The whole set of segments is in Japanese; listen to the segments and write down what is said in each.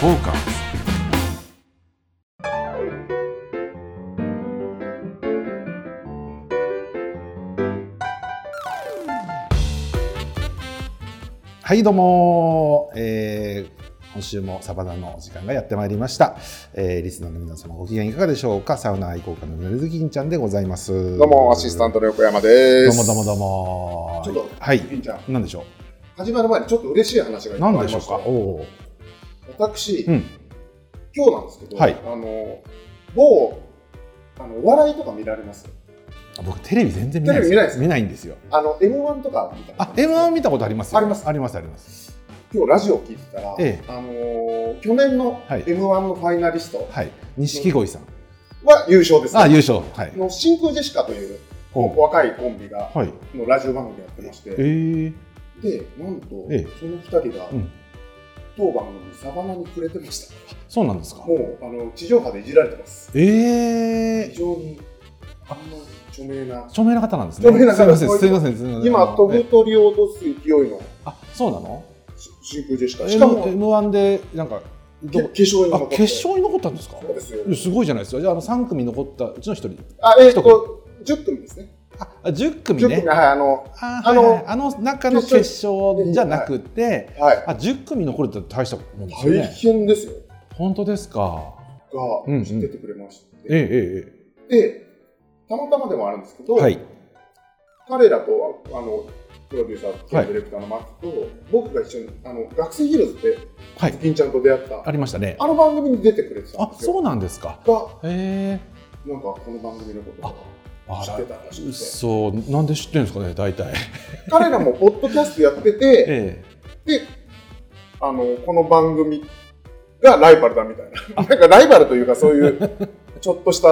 フォーカスはいどうも、えー今週もサバナのお時間がやってまいりました、えーリスナーの皆様ご機嫌いかがでしょうかサウナ愛好家のぬれずきんちゃんでございますどうも、アシスタントの横山でどうす。もどうもどうもちょっとはい銀ちゃん、何でしょ始まる前にちょっと嬉しい話がいうっぱいあ何りまでししょたうかおお私、うん今日なんですけど、はいあの、某、あの、お笑いとか見られますあ僕テレビ全然見ないテレビ見ないです見ないんですよあの、M1 とか見たことある M1 見たことありますよありますありますあります今日ラジオ聞いてたら、ええあの、去年のはい M1 のファイナリストはい錦鯉さんは優勝です、あ優勝はいの真空ジェシカというお若いコンビが、はいのラジオ番組やってまして、ええで、なんと、ええその二人が、うん当番組サバナに触れてました。そうなんですかもう、あの、地上波でいじられてます。え非え常にあの著名な著名な方なんですね著名な方すいませんすいませんすいません今あの飛ぶえ鳥を落とす勢いのあそうなのし真空ジェシカしか M- も M1 でなんかけど決勝にあ残って決勝に残ったんですかそうですよいやすごいじゃないですかじゃああの3組残ったうちの一人あえっ、と10組ですねああ10組10ね組はいあのあああののあの中の決勝じゃなくて、はいあ10組残るって大したもんですよ大ね。変ですよ本当ですか。うんうがん知っててくれまして、えええでたまたまでもあるんですけえど、ええ。はい。彼らとあのプロデューサー兼ディレクターの松と、僕が一緒にあの学生ヒーローズではい。銀ちゃんと出会ったありましたね。あの番組に出てくれてたんあですよそうなんですか。がええなんかこの番組のことをあ知ってたらしくてそうなんで知ってるんですかね大体。彼らもポッドキャストやってて、えあのこの番組がライバルだみたいな、なんかライバルというか、そういう ちょっとした、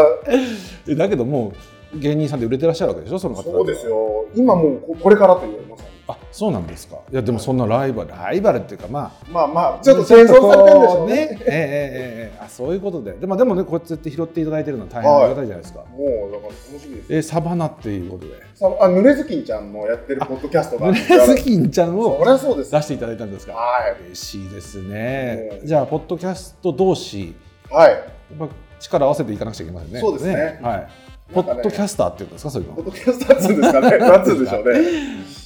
えだけどもう芸人さんで売れてらっしゃるわけでしょその方々はそうです。よ、今もうここれからというまさに、あそうなんですか。いやでもそんなライバルライバルっていうかまあ。まあまあ、ちょっと戦争されてるんでしょうね。ちょっとこうええええええあそういうことで。でもでもねこうやって拾っていただいてるのは大変ありがたいじゃないですか。もうだから楽しみですよ。えーサバナっていうことで。さあ、ぬれずきんちゃんのやってるポッドキャストがあムって、レスキンちゃんそをりゃそうですよ。出していただいたんですが、は嬉しいですねう。んじゃあ、ポッドキャスト同士、い、はい、やっぱ力を合わせていかなくちゃいけませんね。そうですねはい。ポなんかねッドキャスターっていうんですか、そういうポッの。ドキャストなんつうんですか ね、なんつうんでしょう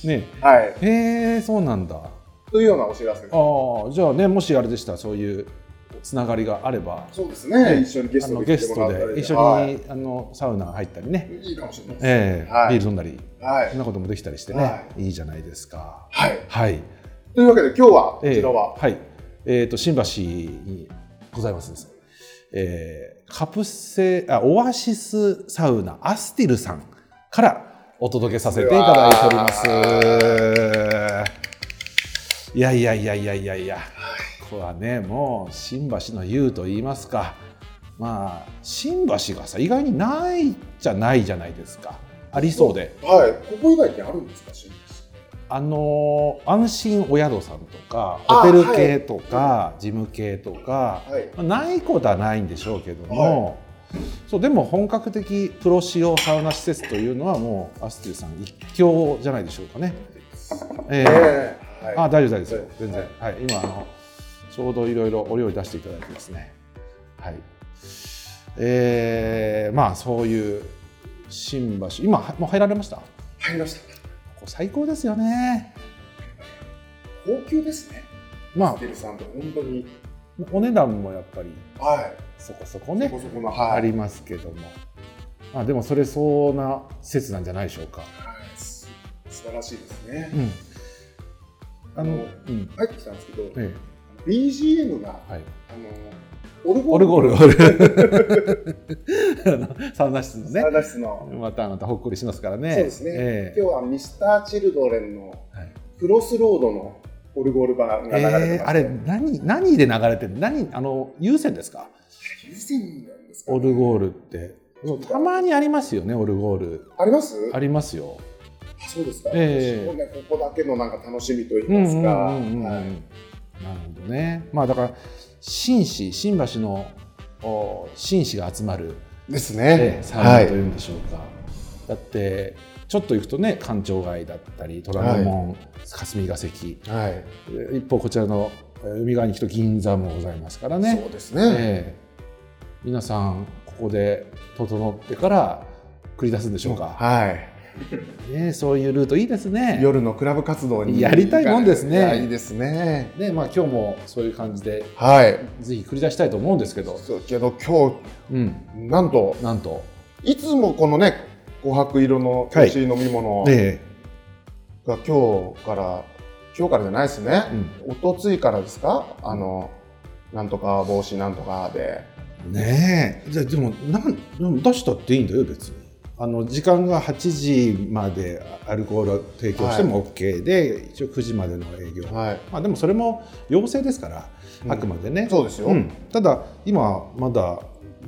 ね。ねはい、え、へー、そうなんだ。あというようなお知らせですあー、じゃあね、もしあれでしたら、そういうつながりがあれば、そうですね、ね一緒にゲあストのにゲ来てスもらトったりで一緒に、はあのサウナ入ったりね、い、いいかもしれないです。ええはいビール飲んだり、はいそんなこともできたりしてね、、はいいじゃないですか。はい。はい。というわけで今日はこええちらは、はい、えー、と新橋にございますです、えーカプセあオアシスサウナアスティルさんからお届けさせていただいております。いやいやいやいやいやいや、ここはねもう新橋の湯と言いますかまあ新橋がさ意外にないじゃないじゃないですかありそうで。はい、ここ以外にあるんですか、新あのー安心お宿さんとかあホテル系とか、事務系とか、はいまあないことはないんでしょうけども、そうでも本格的プロ仕様サウナ施設というのはもうアスティルさん一強じゃないでしょうかね。え橋。ーええはいあ大丈夫です大丈夫です全は然、はい、今あのちょうどいろいろお料理出していただいてですねはいえー、まあそういう新橋今はもう入られましたこ入りました。こ最高ですよね高級ですね。まあホテルさんって本当に、お値段もやっぱりはそこそこい、ねそこそこの、あはい、りますけども、まあ、でもそれ相応な施設なんじゃないでしょうか。はいす素晴らしいですね。うん、あの、ううん入ってきたんですけど、え BGM がえ、はい、あのオルゴオールルゴールオル あのサウナ室のねサウナ室の、またまたほっこりしますからね。そうですね。ええ今日はミスターチルドレンのはいクロスロードのオルゴール版が流れてえまえす、あれ何何で流れてる何あの有線ですか優先なんですか、オルゴールってたまにありますよねオルゴールあります？ありますよ。あそうですか、ええ私もねここだけのなんか楽しみといいうんうまんうすんか、うんうんなはるいほどね。まあだから紳士新橋のお紳士が集まる、ですねね、サウはナといいうんでしょうか。だってちょっと行くとね官庁街だったり虎ノ門、霞が関はいえ一方こちらのえー海側に行くと銀座もございますからね。そうですね。ええ皆さんここで整ってから繰り出すんでしょうか、はい。ねえ、そういうルートいいですね夜のクラブ活動にやりたいもんですねいやいいですね。ねまあ今日もそういう感じではい。ぜひ繰り出したいと思うんですけど、そうけど今うん、日なんとなんと、いつもこのね琥珀色の美味しい飲み物がえ今日から今日からじゃないですね。一昨日からですかあのなんとか帽子なんとかでうん、ねえじゃあでもなんでも出したっていいんだよ別にあの時間が8時までアルコールを提供しても OK で、一応9時までの営業、はい。まあ、でもそれも要請ですからあくまでね、そうですよ。うん、ただ今まだ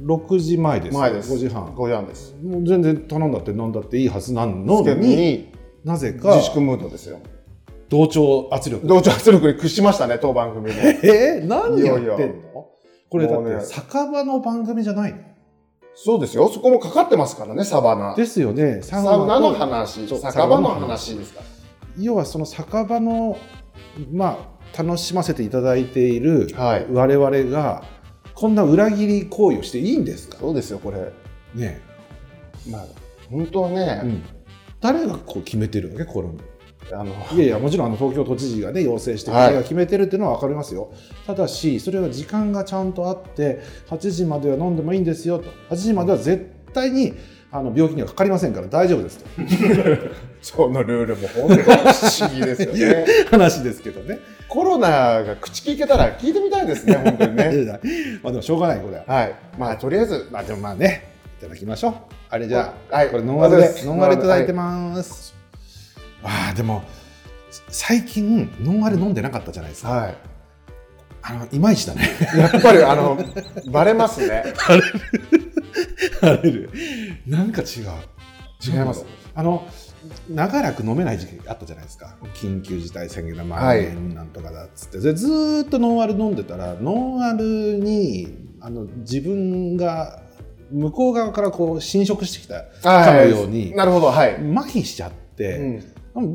6時前です前です。 5時半5時半です。もう全然頼んだって飲んだっていいはずなのけどにになぜか自粛ムードですよ。同調圧力同調圧力に屈しましたね当番組で。 えー、何やってんのいやいやこれだもうっねて酒場の番組じゃないのそうですよ。そこもかかってますからねサバナ。ですよねサウナのと話、そう酒場の話ですか。要はその酒場のまあ楽しませていただいているはい我々がこんな裏切り行為をしていいんですかそうですよこれ。ねまあ本当はえ、ね、誰がこう決めてるわけこれもあのいやいや、もちろんあの東京都知事がね、要請して、はい国が決めてるっていうのは分かりますよ、ただし、それは時間がちゃんとあって、8時までは飲んでもいいんですよと、8時までは絶対にあの病気にはかかりませんから大丈夫ですと そのルールも本当に不思議ですよね。 話ですけどね、コロナが口聞けたら聞いてみたい ですね本当にね。まあでもしょうがない、これは。はい。まあとりあえずまあでもまあね、いただきましょう。あれじゃあ、はいこれノンアルで、そうノンアルいただいてはます。ああ、でも、最近、ノンアル飲んでなかったじゃないですか。はあの、いまいちだね。い。やっぱりあのバレますね。 あれるなんか違う違いますあの長らく飲めない時期あったじゃないですか緊急事態宣言のは前いになんとかだっつって、でずーっとノンアル飲んでたらノンアルにあの自分が向こう側からこう侵食してきたかのようになるほどはい。麻痺しちゃっうて、ん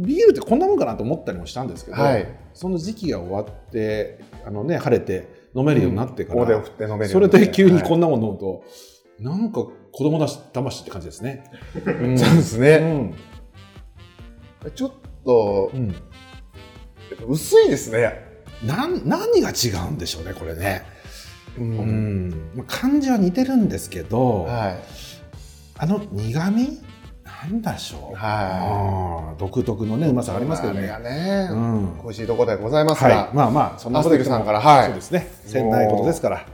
ビールってこんなもんかなと思ったりもしたんですけど、はい。その時期が終わってあの、ね、晴れて飲めるようになってから、大手を振って飲めるようになって。それで急にこはいんなもん飲むと、なんか子供だし騙しって感じですね。うんそうですうね。んちょっとうん薄いですね。なん何が違うんでしょうねこれね、う。うんんまあ感じは似てるんですけど、はあの苦味なんだでしょい。う、はあー独特のねうまさい。がありますけどね、あれがねう。ん美味しいとこでございますが、はい、まあまあそんなアこスとでテルすさんから、はそうでい、すね仙台ことですから、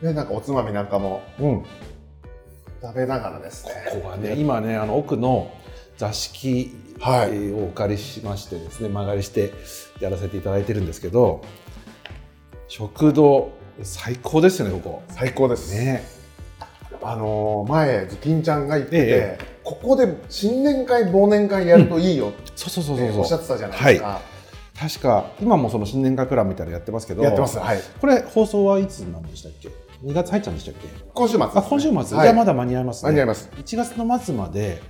でなんかおつまみなんかもうん、こ食べながらですね。こはね今ねあの奥の座敷はえーをお借りしましてですね間借りしてやらせていただいてるんですけど食堂最高ですよねこ最高でこす。ねあのー前ズキンちゃんが言ってて、えここで新年会忘年会やるといいよってそうそうそうそうおっしそゃうってたじゃないですか。確か今もその新年会プランみたいなのやってますけどやってます。はい。これ放送はいつなんでしたっけ2月入っちゃうんでしたっけ今週末ですね、あ今週末、はい、じゃあまだ間に合いますね間に合います。 1月の末まで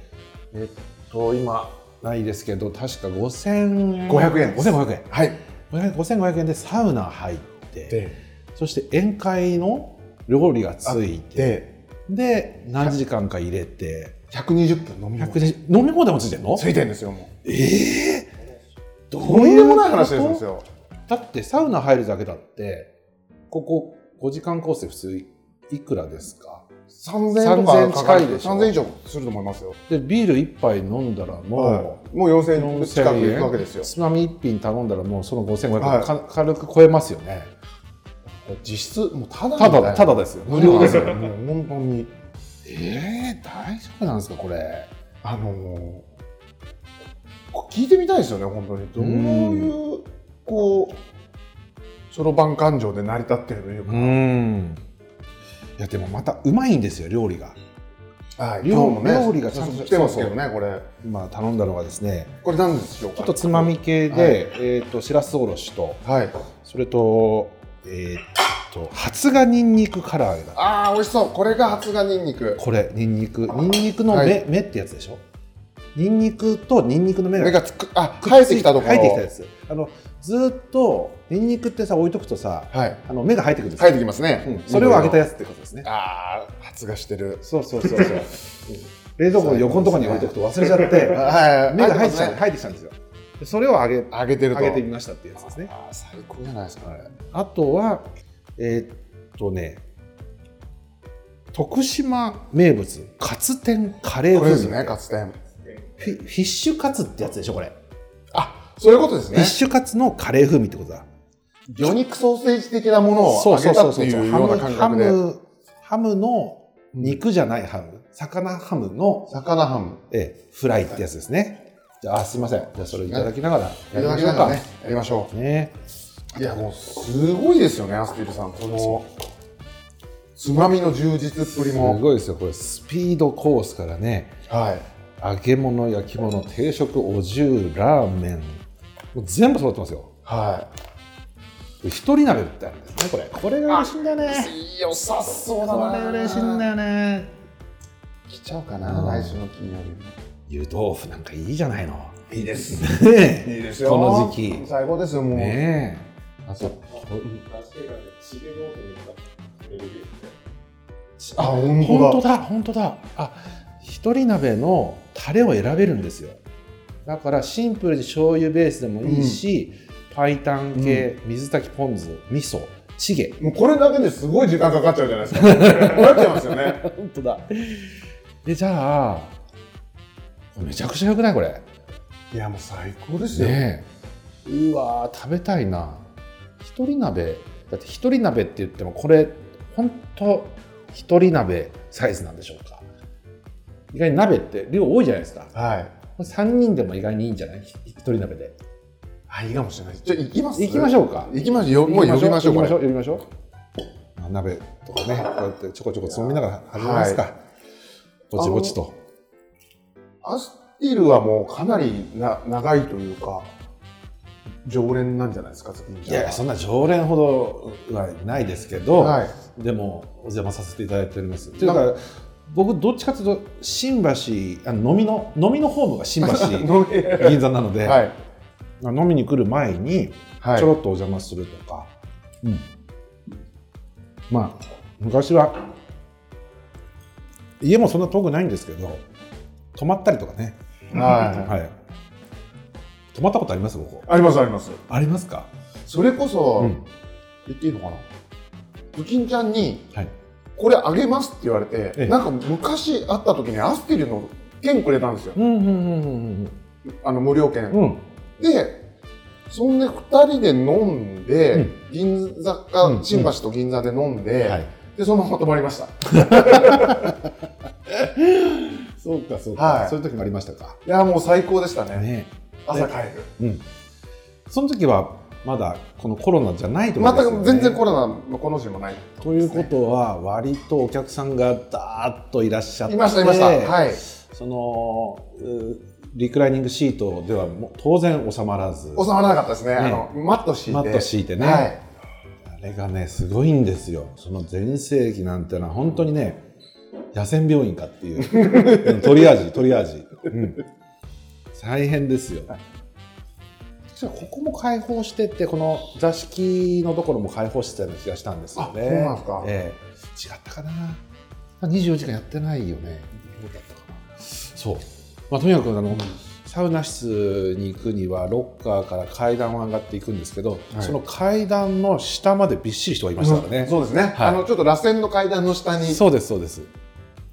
えっと今ないですけど確か5500円500円です5500円はい。 5500円でサウナ入ってで、そして宴会の料理がついてで、で何時間か入れて120分飲み物100で飲み放題もついてんのついてるんですよ。もう。ええどとんでもない話ですよ。だってサウナ入るだけだってここ5時間コースで普通いくらですか3000円とかか3000近かいでる。しょ3000以上すると思いますよ。でビール1杯飲んだらもう、はい。もう4000円近くいくわけですよ。つまみ1品頼んだらもうその5500円、はいか軽く超えますよね実質もうただみたいだなただですよ無料ですよはいもう本当にええ大丈夫なんですかこれあのーこ聞いてみたいですよね本当にどういうこうそろばん感情で成り立ってるというか、んいやでもまたうまいんですよ料理がはい、料今日もね料理がちゃんと来てますけどねこれ今頼んだのがですねこれ何でしょうかちょっとつまみ系で、はいえっ、としらすおろしとはいそれとえっ、と発芽にんにく唐揚げだああ美味しそうこれが発芽ニンニクこれにんにくにんにくの芽、はい芽ってやつでしょニンニクとニンニクの芽目ががつくあ生えてきたところ生えてきたやつあのずーっとニンニクってさ置いとくとさはいあの芽が生えてくるんです生よえてきますねうん、それをあげたややつってことですねつああ発芽してるそうそうそうそううん冷蔵庫の横のところに置いとくと忘れちゃって はい芽が生えてきたね生えてきたんですよでそれをあげあげてるあとげてみましたっていうやつですねあー最高じゃないですか、はいあとは、えーっとね、徳島名物、カツ天カレーこれ風です味、ねかつてフィフィッシュカツってやつでしょ、これ、あそういうことですフィッねシュカツのカレー風味ってことだ。魚肉ソーセージ的なものをあげたっていうようなハム感ハ覚でム、ハムの肉じゃないハム、魚ハムの、魚ハムえーフライってやつですね。じゃあ、あすみません。じゃあ、それいただきながらいやたりだまきしょなうがらか。ねやりましょねういやもうすごいですよねアスピルさんこのつまみの充実っぷりすもごいですよ、これ、スピードコースからね。はい揚げ物焼き物定食お重ラーメンもう全部揃ってますよはで一人鍋ってあるんですねこれこれが嬉しいんだよねい良さそうだこなれ嬉しいんだよね来ちゃうかうなん来週の金曜湯豆腐なんかいいじゃないの日いいです ねいいですよよこの時期最高ですよもえう、ねえあそうあ本当だ本当だ本当だあ一人鍋のタレを選べるんですよだからシンプルに醤油ベースでもいいし、白湯系、水炊きポン酢味噌チゲもうこれだけですごい時間かかっちゃうじゃない ですかかかっちゃいますよね本当だでじゃあこれめちゃくちゃ良くないこれいやもう最高ですよ、ねえうわー食べたいな一人鍋だって一人鍋って言ってもこれ本当一人鍋サイズなんでしょうか意外に鍋って量多いじゃないですかはいこれ3人でも意外にいいんじゃないひ一人鍋であいいかもしれないちょ行きます行きましょょうか行きましょうよもう呼びましょうこれ呼びましょう呼びましょうまあ鍋とかねこうやってちょこちょこつまみながら始めますか、ぼちぼちとアスティルはもうかなりな長いというか常連なんじゃないですか次いやいやそんな常連ほどはないですけど、はいでもお邪魔させていただいております。というか僕どっちかというと新橋あの飲みの飲みのホームが 新橋飲み銀座なので、はい飲みに来る前にはいちょろっとお邪魔するとか、うんまあ昔は家もそんな遠くないんですけど泊まったりとかね、はいはい、泊まったことありますここありますありますありますか、それこそ、うん言っていいのかなブキンちゃんにはい、 「これあげます」って言われて、ええなんか昔会った時にアスティルの券くれたんですようんうんうんうんあの無料券、うんうんでそんで2人で飲んで、銀座か、うん新橋と銀座で飲んで、はいでそのまま泊まりましたいそうかそうかそそういう時もありましたかやもう最高でしたねね朝帰るうん、その時はまだこのコロナじゃないってこまとですたよね。全然コロナのこの字もないということは割とお客さんがだーっといらっしゃっていましたいましたはいそのうリクライニングシートではもう当然収まらず収まらなかったですねねあのマット敷いてマット敷いてねはいあれがねすごいんですよその全盛期なんてのは本当にね野戦病院かっていううんトリアージトリアージ、うん、大変ですよ実はここも開放してってこの座敷のところも開放してたような気がしたんですよねあそうなんですかええ違ったかな24時間やってないよねどうだったかなそう、まあ、とにかくあの、サウナ室に行くにはロッカーから階段を上がっていくんですけど、はいその階段の下までびっしり人がいましたからね、そうですね、はいあのちょっと螺旋の階段の下にそうですそうです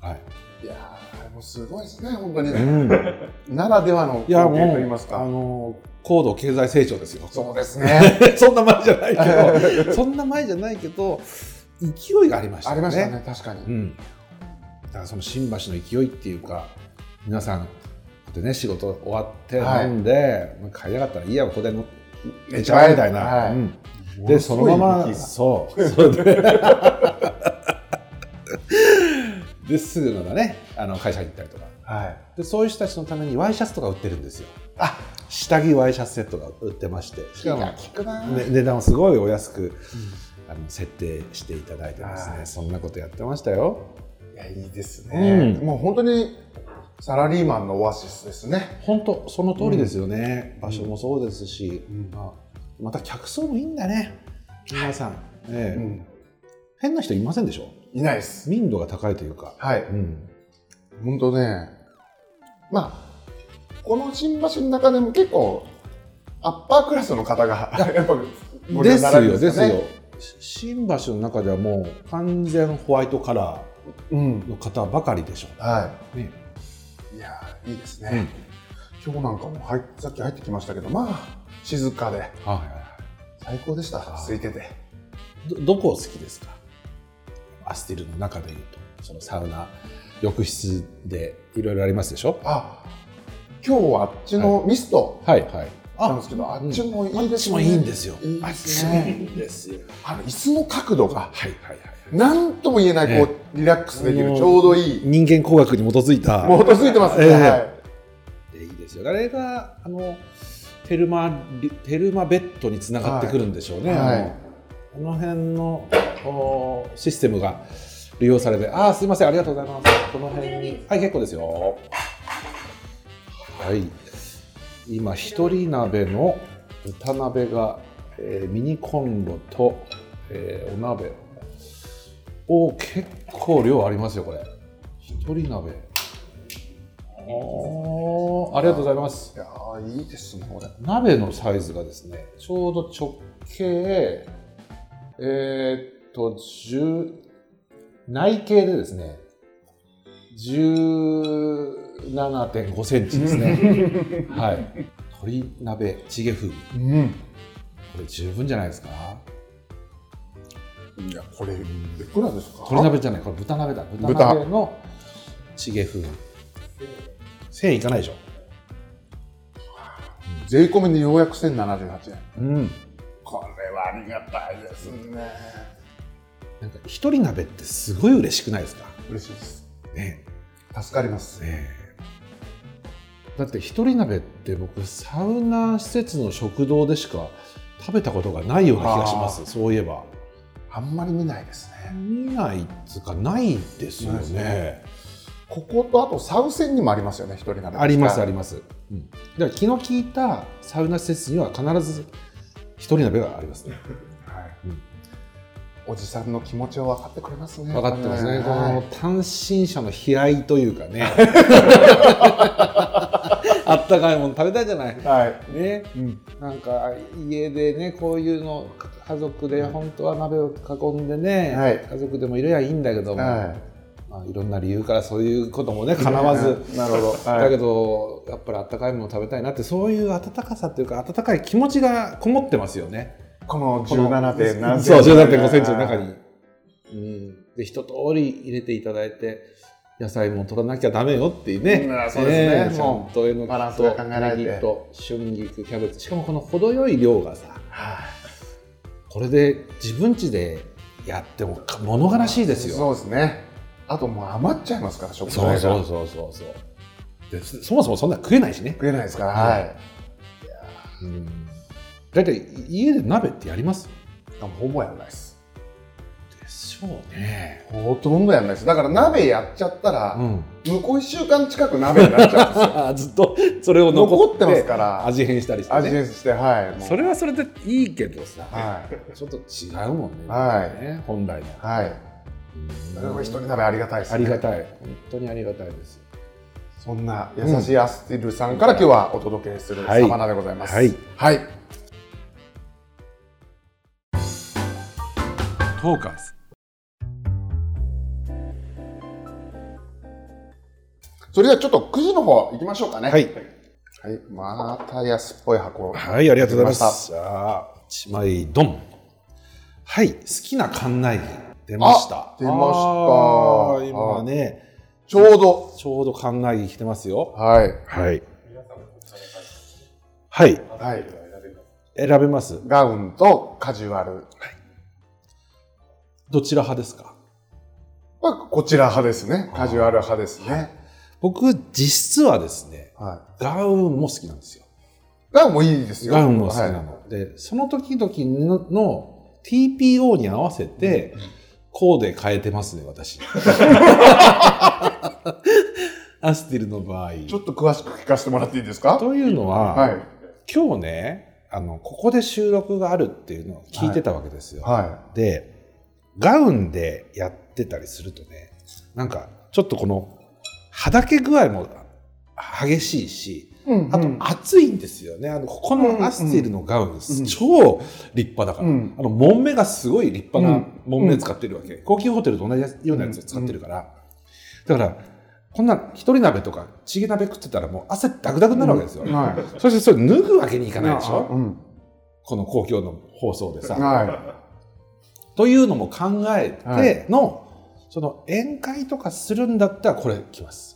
はい、いやーもうすごいですね本当に、うん、ならではのい や光景もとう言いますあかの高度経済成長ですよ そうですねそんな前じゃないけど そんな前じゃないけど勢いがありましたあねりましたね確かに、うん、だからその新橋の勢いっていうか皆さんでね仕事終わってはい飲んで、もう帰りやがったらいいやここでの寝寝ちちゃゃえうみたいな、はいうんでそのままそうそれで ですぐまだねあの会社行ったりとかはいでそういう人たちのためにワイシャツとか売ってるんですよあ下着ワイシャツセットが売ってましてしかも、聞くなね、値段をすごいお安く、あの設定していただいてですはねいそんなことやってましたよいやいいですね、うんもう本当にサラリーマンのオアシスですね。本当その通りですよね、場所もそうですし、うんまあ、また客層もいいんだね皆さん、ええうん変な人いませんでしょいないです。民度が高いというか、はい。うん、本当ね、まあ、この新橋の中でも結構、アッパークラスの方が、 やっぱ、ご利で用にすなられよるんですねよ。し新橋の中ではもう完全ホワイトカラうんー。の方ばかりでしょはう、ね、い。いやーいいですね。今日なんかも入っ、さっき入ってきましたけど、まあ、静かで、はいはいは最高でした。あー空いてて。いどどこ好きですかアスティルの中でいうとそのサウナ浴室でいろいろありますでしょあ、今日はあっちのミストはいはいなんですけど、あうんっちもいいあっですちね。もいいんですよいいですね。いいですよあの、椅子の角度が、はいはいはいなんとも言えない、こう、リラックスできある、のーちょうどいい。人間工学に基づいたもう、落とついてますね。ええはいでいいですよあれがあのテルマリテルマベッドにつながってくるんでしょうね、はいあのこの辺のおシステムが利用されてああすいませんありがとうございますこの辺にはい結構ですよはい今一人鍋の豚鍋が、えーミニコンロと、えーお鍋おー結構量ありますよこれ一人鍋おーありがとうございますいやーいいですね、これ。鍋のサイズがですねちょうど直径えーっと10内径でですね17.5センチですね はい鶏鍋チゲ風こうん。れ十分じゃないですかいや、これ、いくらですか鶏鍋じゃないこれ豚鍋だ豚豚鍋のチゲ風1000円いかないでしょ税込みでようやく1078円。うんこれはありがたいですね。なんか一人鍋ってすごい嬉しくないですか嬉しいです。ね助かります。ねえだって一人鍋って僕サウナ施設の食堂でしか食べたことがないような気がしますそういえばあんまり見ないですね。見ないっつうかないですよないですねねこことあと、サウセンにもありますよね、一人なら。ありますありります、うん、だから気の利いたサウナ施設には必ず一人鍋がありますねます。はいうんおじさんの気持ちを分かってくれますね。分かってますね、こはいの単身者の悲哀というか ねあったかいもの食べたいじゃないはい。ねうん。なんか家でねこういうのか家族で本当は鍋を囲んでね、はい家族でもいりゃいいんだけども、はいまあ、いろんな理由からそういうこともねかなわず、い。なるほど。だけど、どやっぱりあったかいもの食べたいなってそういう温かさっていうか温かい気持ちがこもってますよね。この17点何そう17.5センチの中に。うん、で一通り入れていただいて野菜も取らなきゃダメよっていうね、うんそうですねえちゃもうんとえのきバランスとが考えられてネギと春菊キャベツしかもこの程よい量がさはいこれで自分家でやってもか物悲しいですよ。そうですね。あともう余っちゃいますから、食材そうそが。うそうそうそうでそそもそもそんな食えないしね。食えないですから。ははいい。うんだいたい家で鍋ってやりますほぼやらないです。でしょうね。ほとんどやらないです。だから鍋やっちゃったら、うん、向こう1週間近く鍋になっちゃうんですよ。 ずっとそれ を残ってますから、味変したりして、ね、味変して、はい。もうそれはそれでいいけどさ、はい。ちょっと違うもんね,、はいね本来の、はい。うんそれは一人鍋ありがたいです、ね。ありがたい本当にありがたいですそんな優しいアスティルさんから今日はお届けするサバナでございます。はい。はい。トーカーズそれではちょっと9時の方行きましょうかね。はい。はい。また安っぽい箱。はいありがとうございますじゃあ一枚ドンはい好きな館内着出ましたあ出ましたあー今ねちょうど。ちょうど館内着着てますよはい。はいはいはい。選べますガウンとカジュアル。どちら派ですかまあ、こちら派ですね。カジュアル派ですね。僕実はですねはい。ガウンも好きなんですよガウンもいいですよ。ガウンも好きなはいの、でその時々のの TPO に合わせてコーデ変えてますね私アスティルの場合。ちょっと詳しく聞かせてもらっていいですかというのは、はい。今日ねあのここで収録があるっていうのを聞いてたわけですよ。はでガウンでやってたりするとねなんかちょっとこのはだけ具合も激しいしい。うんあと暑いんですよねあのここのアスティルのガウン、超立派だから、うんあの門目がすごい立派な門う目ん使ってるわけ、高級ホテルと同じようなやつを使ってるから、だからこんな一人鍋とかチゲ鍋食ってたらもう汗ダクダクになるわけですよ、はそしてそれ脱ぐわけにいい。かないでしょ、うん。この公共の放送でさ、はというのも考えはての、その宴会とかするんだったらこれ来ます。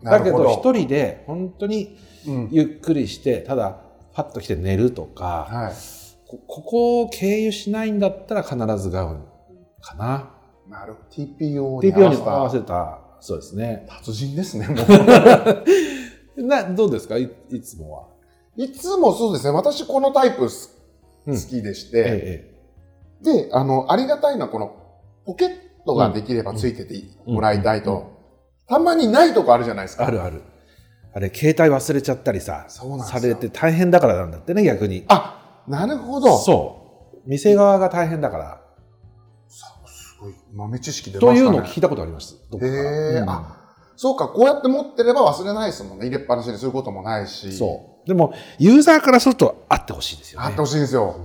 い。だけど人、一人で本当にうん。ゆっくりしてただパッと来て寝るとか、はい。こここを経由しないんだったら必ずガウンかな。なるほど。TPO に TPO 合わにせ合わたせたそうですね。達人ですね、もう。などうですかいいつもは。いつもそうですね。私、このタイプすう好んきでしえて、えで、あの、ありがたいのは、この、ポケットができればついててもらいたういんうんと。たまにないとこあるじゃないですか。あるある。あれ携帯忘れちゃったりさそうなんですされよて大変だからなんだってね逆に。あ、なるほど。そう店側が大変だから。すごい豆知識出ましたとね。いうのを聞いたことあります。どこかへえ、らうんあ、そうか、こうやって持ってれば忘れないですもんね。入れっぱなしにすることもないし。そう。でも、ユーザーからするとあってほしいですよあっねて。ほしいんですよ。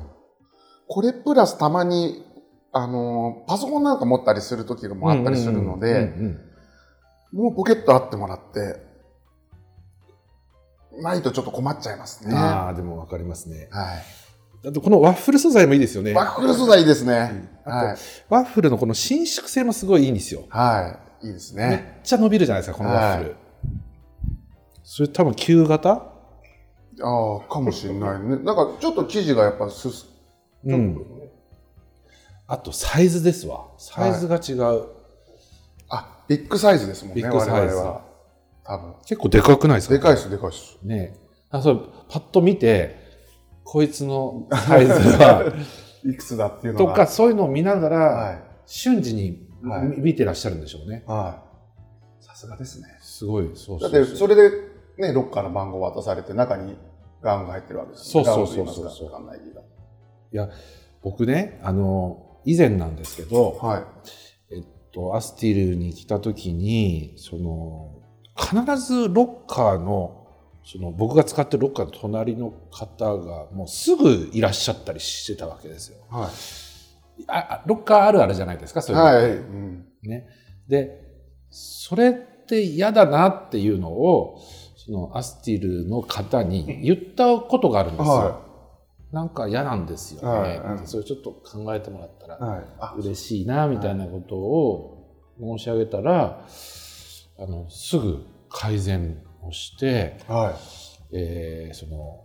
これプラスたまに、あのー、パソコンなんか持ったりする時もあったりするのうんで、うんうんもうポケットあってもらって、ないとちょっと困っちゃいますね。はああ、でもわかりますね。い。あと、このワッフル素材もいいですよね。バックル素材いいですね。うんあとはい。ワッフルのこの伸縮性もすごいいいんですよ。はい。いいですめっね。ちゃ伸びるじゃないですか、このワッフル。はそれ多分旧型ああ、かもしれない ね。なんかちょっと生地がやっぱすす、うん。あと、サイズですわ。サイズが違う。あ、ビッグサイズですもんビね、ッ我グ々サイズはは。。多分。結構でかくないですかでかいっす、でかいっす。ねあそうパッと見てこいつ のサイズはいくつだっていうのとが。かそういうのを見ながら、はい。瞬時にみ、はい見てらっしゃるんでしょうねはい。さすがですね。すごいそうだそうっそて、うそれで、ね、ロッカーの番号渡されて、中にガンが入ってるわけですそうそうそうそうガンと言いますかわ僕ねあの以前なんですけど、かんないけとアスティルに来た時にその必ずロッカーのその僕が使ってるロッカーの隣の方がもうすぐいらっしゃったりしてたわけですよ。ど。はい。ああロッカーあるあるじゃないですかそういうのはい。はい。うん。ね、でそれって嫌だなっていうのをそのアスティルの方に言ったことがあるんですよ。はなんか嫌なんですよね、はいってうんそれちょっと考えてもらったい。らはい。あ、嬉しいなみたいなことを申し上げたらあのすぐ改善をして、はい。えーその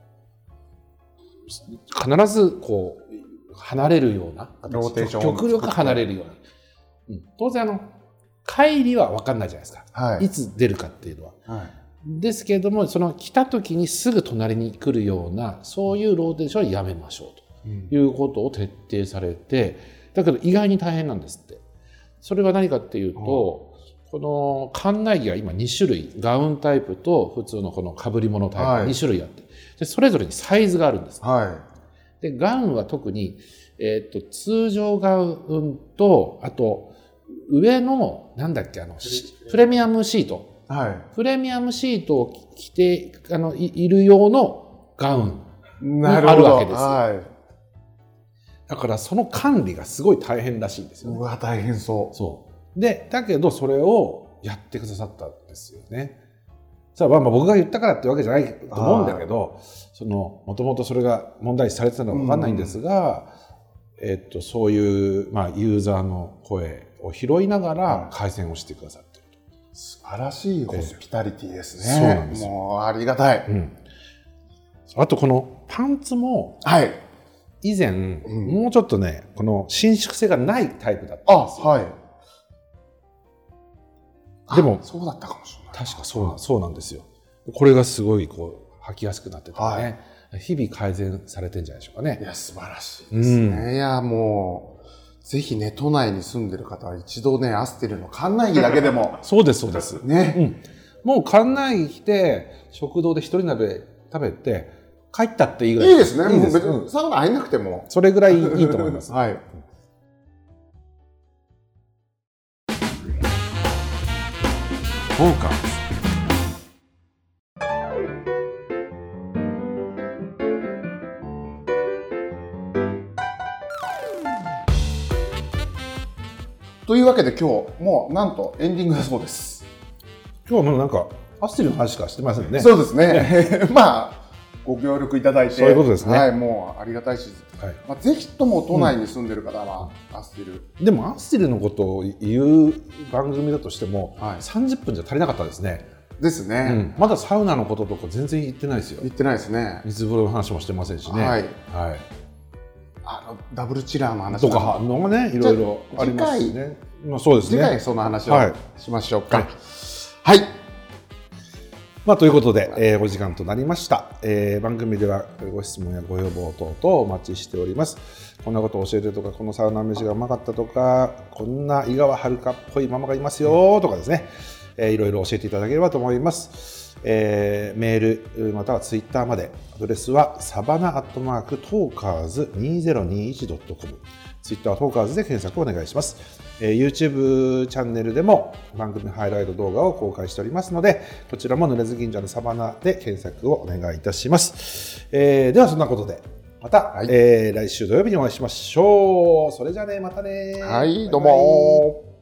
必ずこう離れるような形ローテーションを極力離れるように、うん当然あの帰りは分かんないじゃないですか、、はいい。つ出るかっていうのははい。ですけれどもその来た時にすぐ隣に来るようなそういうローテーションはやめましょううんということを徹底されてだけど意外に大変なんですってそれは何かっていうと、この館内着が今2種類ガウンタイプと普通のこのかぶり物タイプ、はい2種類あってでそれぞれにサイズがあるんですはい。でガウンは特に、えーっと通常ガウンとあと上のなんだっけあのしプレミアムシートはプレミアムシートを着てあのいいる用のガウンい。なるほあるわど。けですよはだからその管理がすごい大変らしいんですい。よね、うわ、大変そそうでだけどそれをやってくださったんですよねさあまあまあ僕が言ったからってわけじゃないと思うんだけどそのもともとそれが問題視されてたのか分かんないんですが、えっと、そういう、まあ、ユーザーの声を拾いながら改善をしてくださってるう。素晴らしいホスピタリティですね。そうなんですよもう、ありがたい。と、うん、あとこのパンツもはい。以前、んもうちょっとねこの伸縮性がないタイプだっあ、たんですよはい。あでもそうだったかもしれない。確かそうなんそうなんですよこれがすごいこう履きやすくなってたね、日々改善されてんじゃないでしょうかいねや、素晴らしいですね。ういや、もう、ぜひね、都内に住んでる方は一度ね、アステルの館内着だけでも、そうですそうですね、うんもう館内に来て食堂で一人鍋食べて帰ったっていいぐらいいいですね。いいもうです別うにんサウナ入んなくても。それぐらいいいと思いますはい。フォーカというわけで今日もうなんとエンディングだそうです。今日はもうなんかアスティルの話しかしてませんねそうですね。 まあご協力いただいて、そういうことですねはい、もうありがたいし、はいまあぜひとも都内に住んでる方はアスティル、でもアスティルのことを言う番組だとしても、はい30分じゃ足りなかったですね、ですね。うんまだサウナのこととか全然言ってないですよ言ってないですね。水風呂の話もしてませんしねははいいあのダブルチラーの話とかのがねいろいろありますしねまあそうです次回ねその話はいをしましょうか。はい、まあということで、えーお時間となりました、えー番組ではご質問やご要望等々お待ちしておりますこんなこと教えてとかこのサウナ飯がうまかったとかこんな井川遥っぽいママがいますよとかですね、えーいろいろ教えていただければと思います、えーメールまたはツイッターまでアドレスはサバナアットマークトーカーズ 2021.com ツイッタートーカーズで検索お願いします。えー YouTube チャンネルでも番組ハイライト動画を公開しておりますので、こちらも濡れず銀座のサバナで検索をお願いいたします。えーではそんなことで、また、はいえー来週土曜日にお会いしましょう。それじゃあね、またね。バはイバい、イどうも。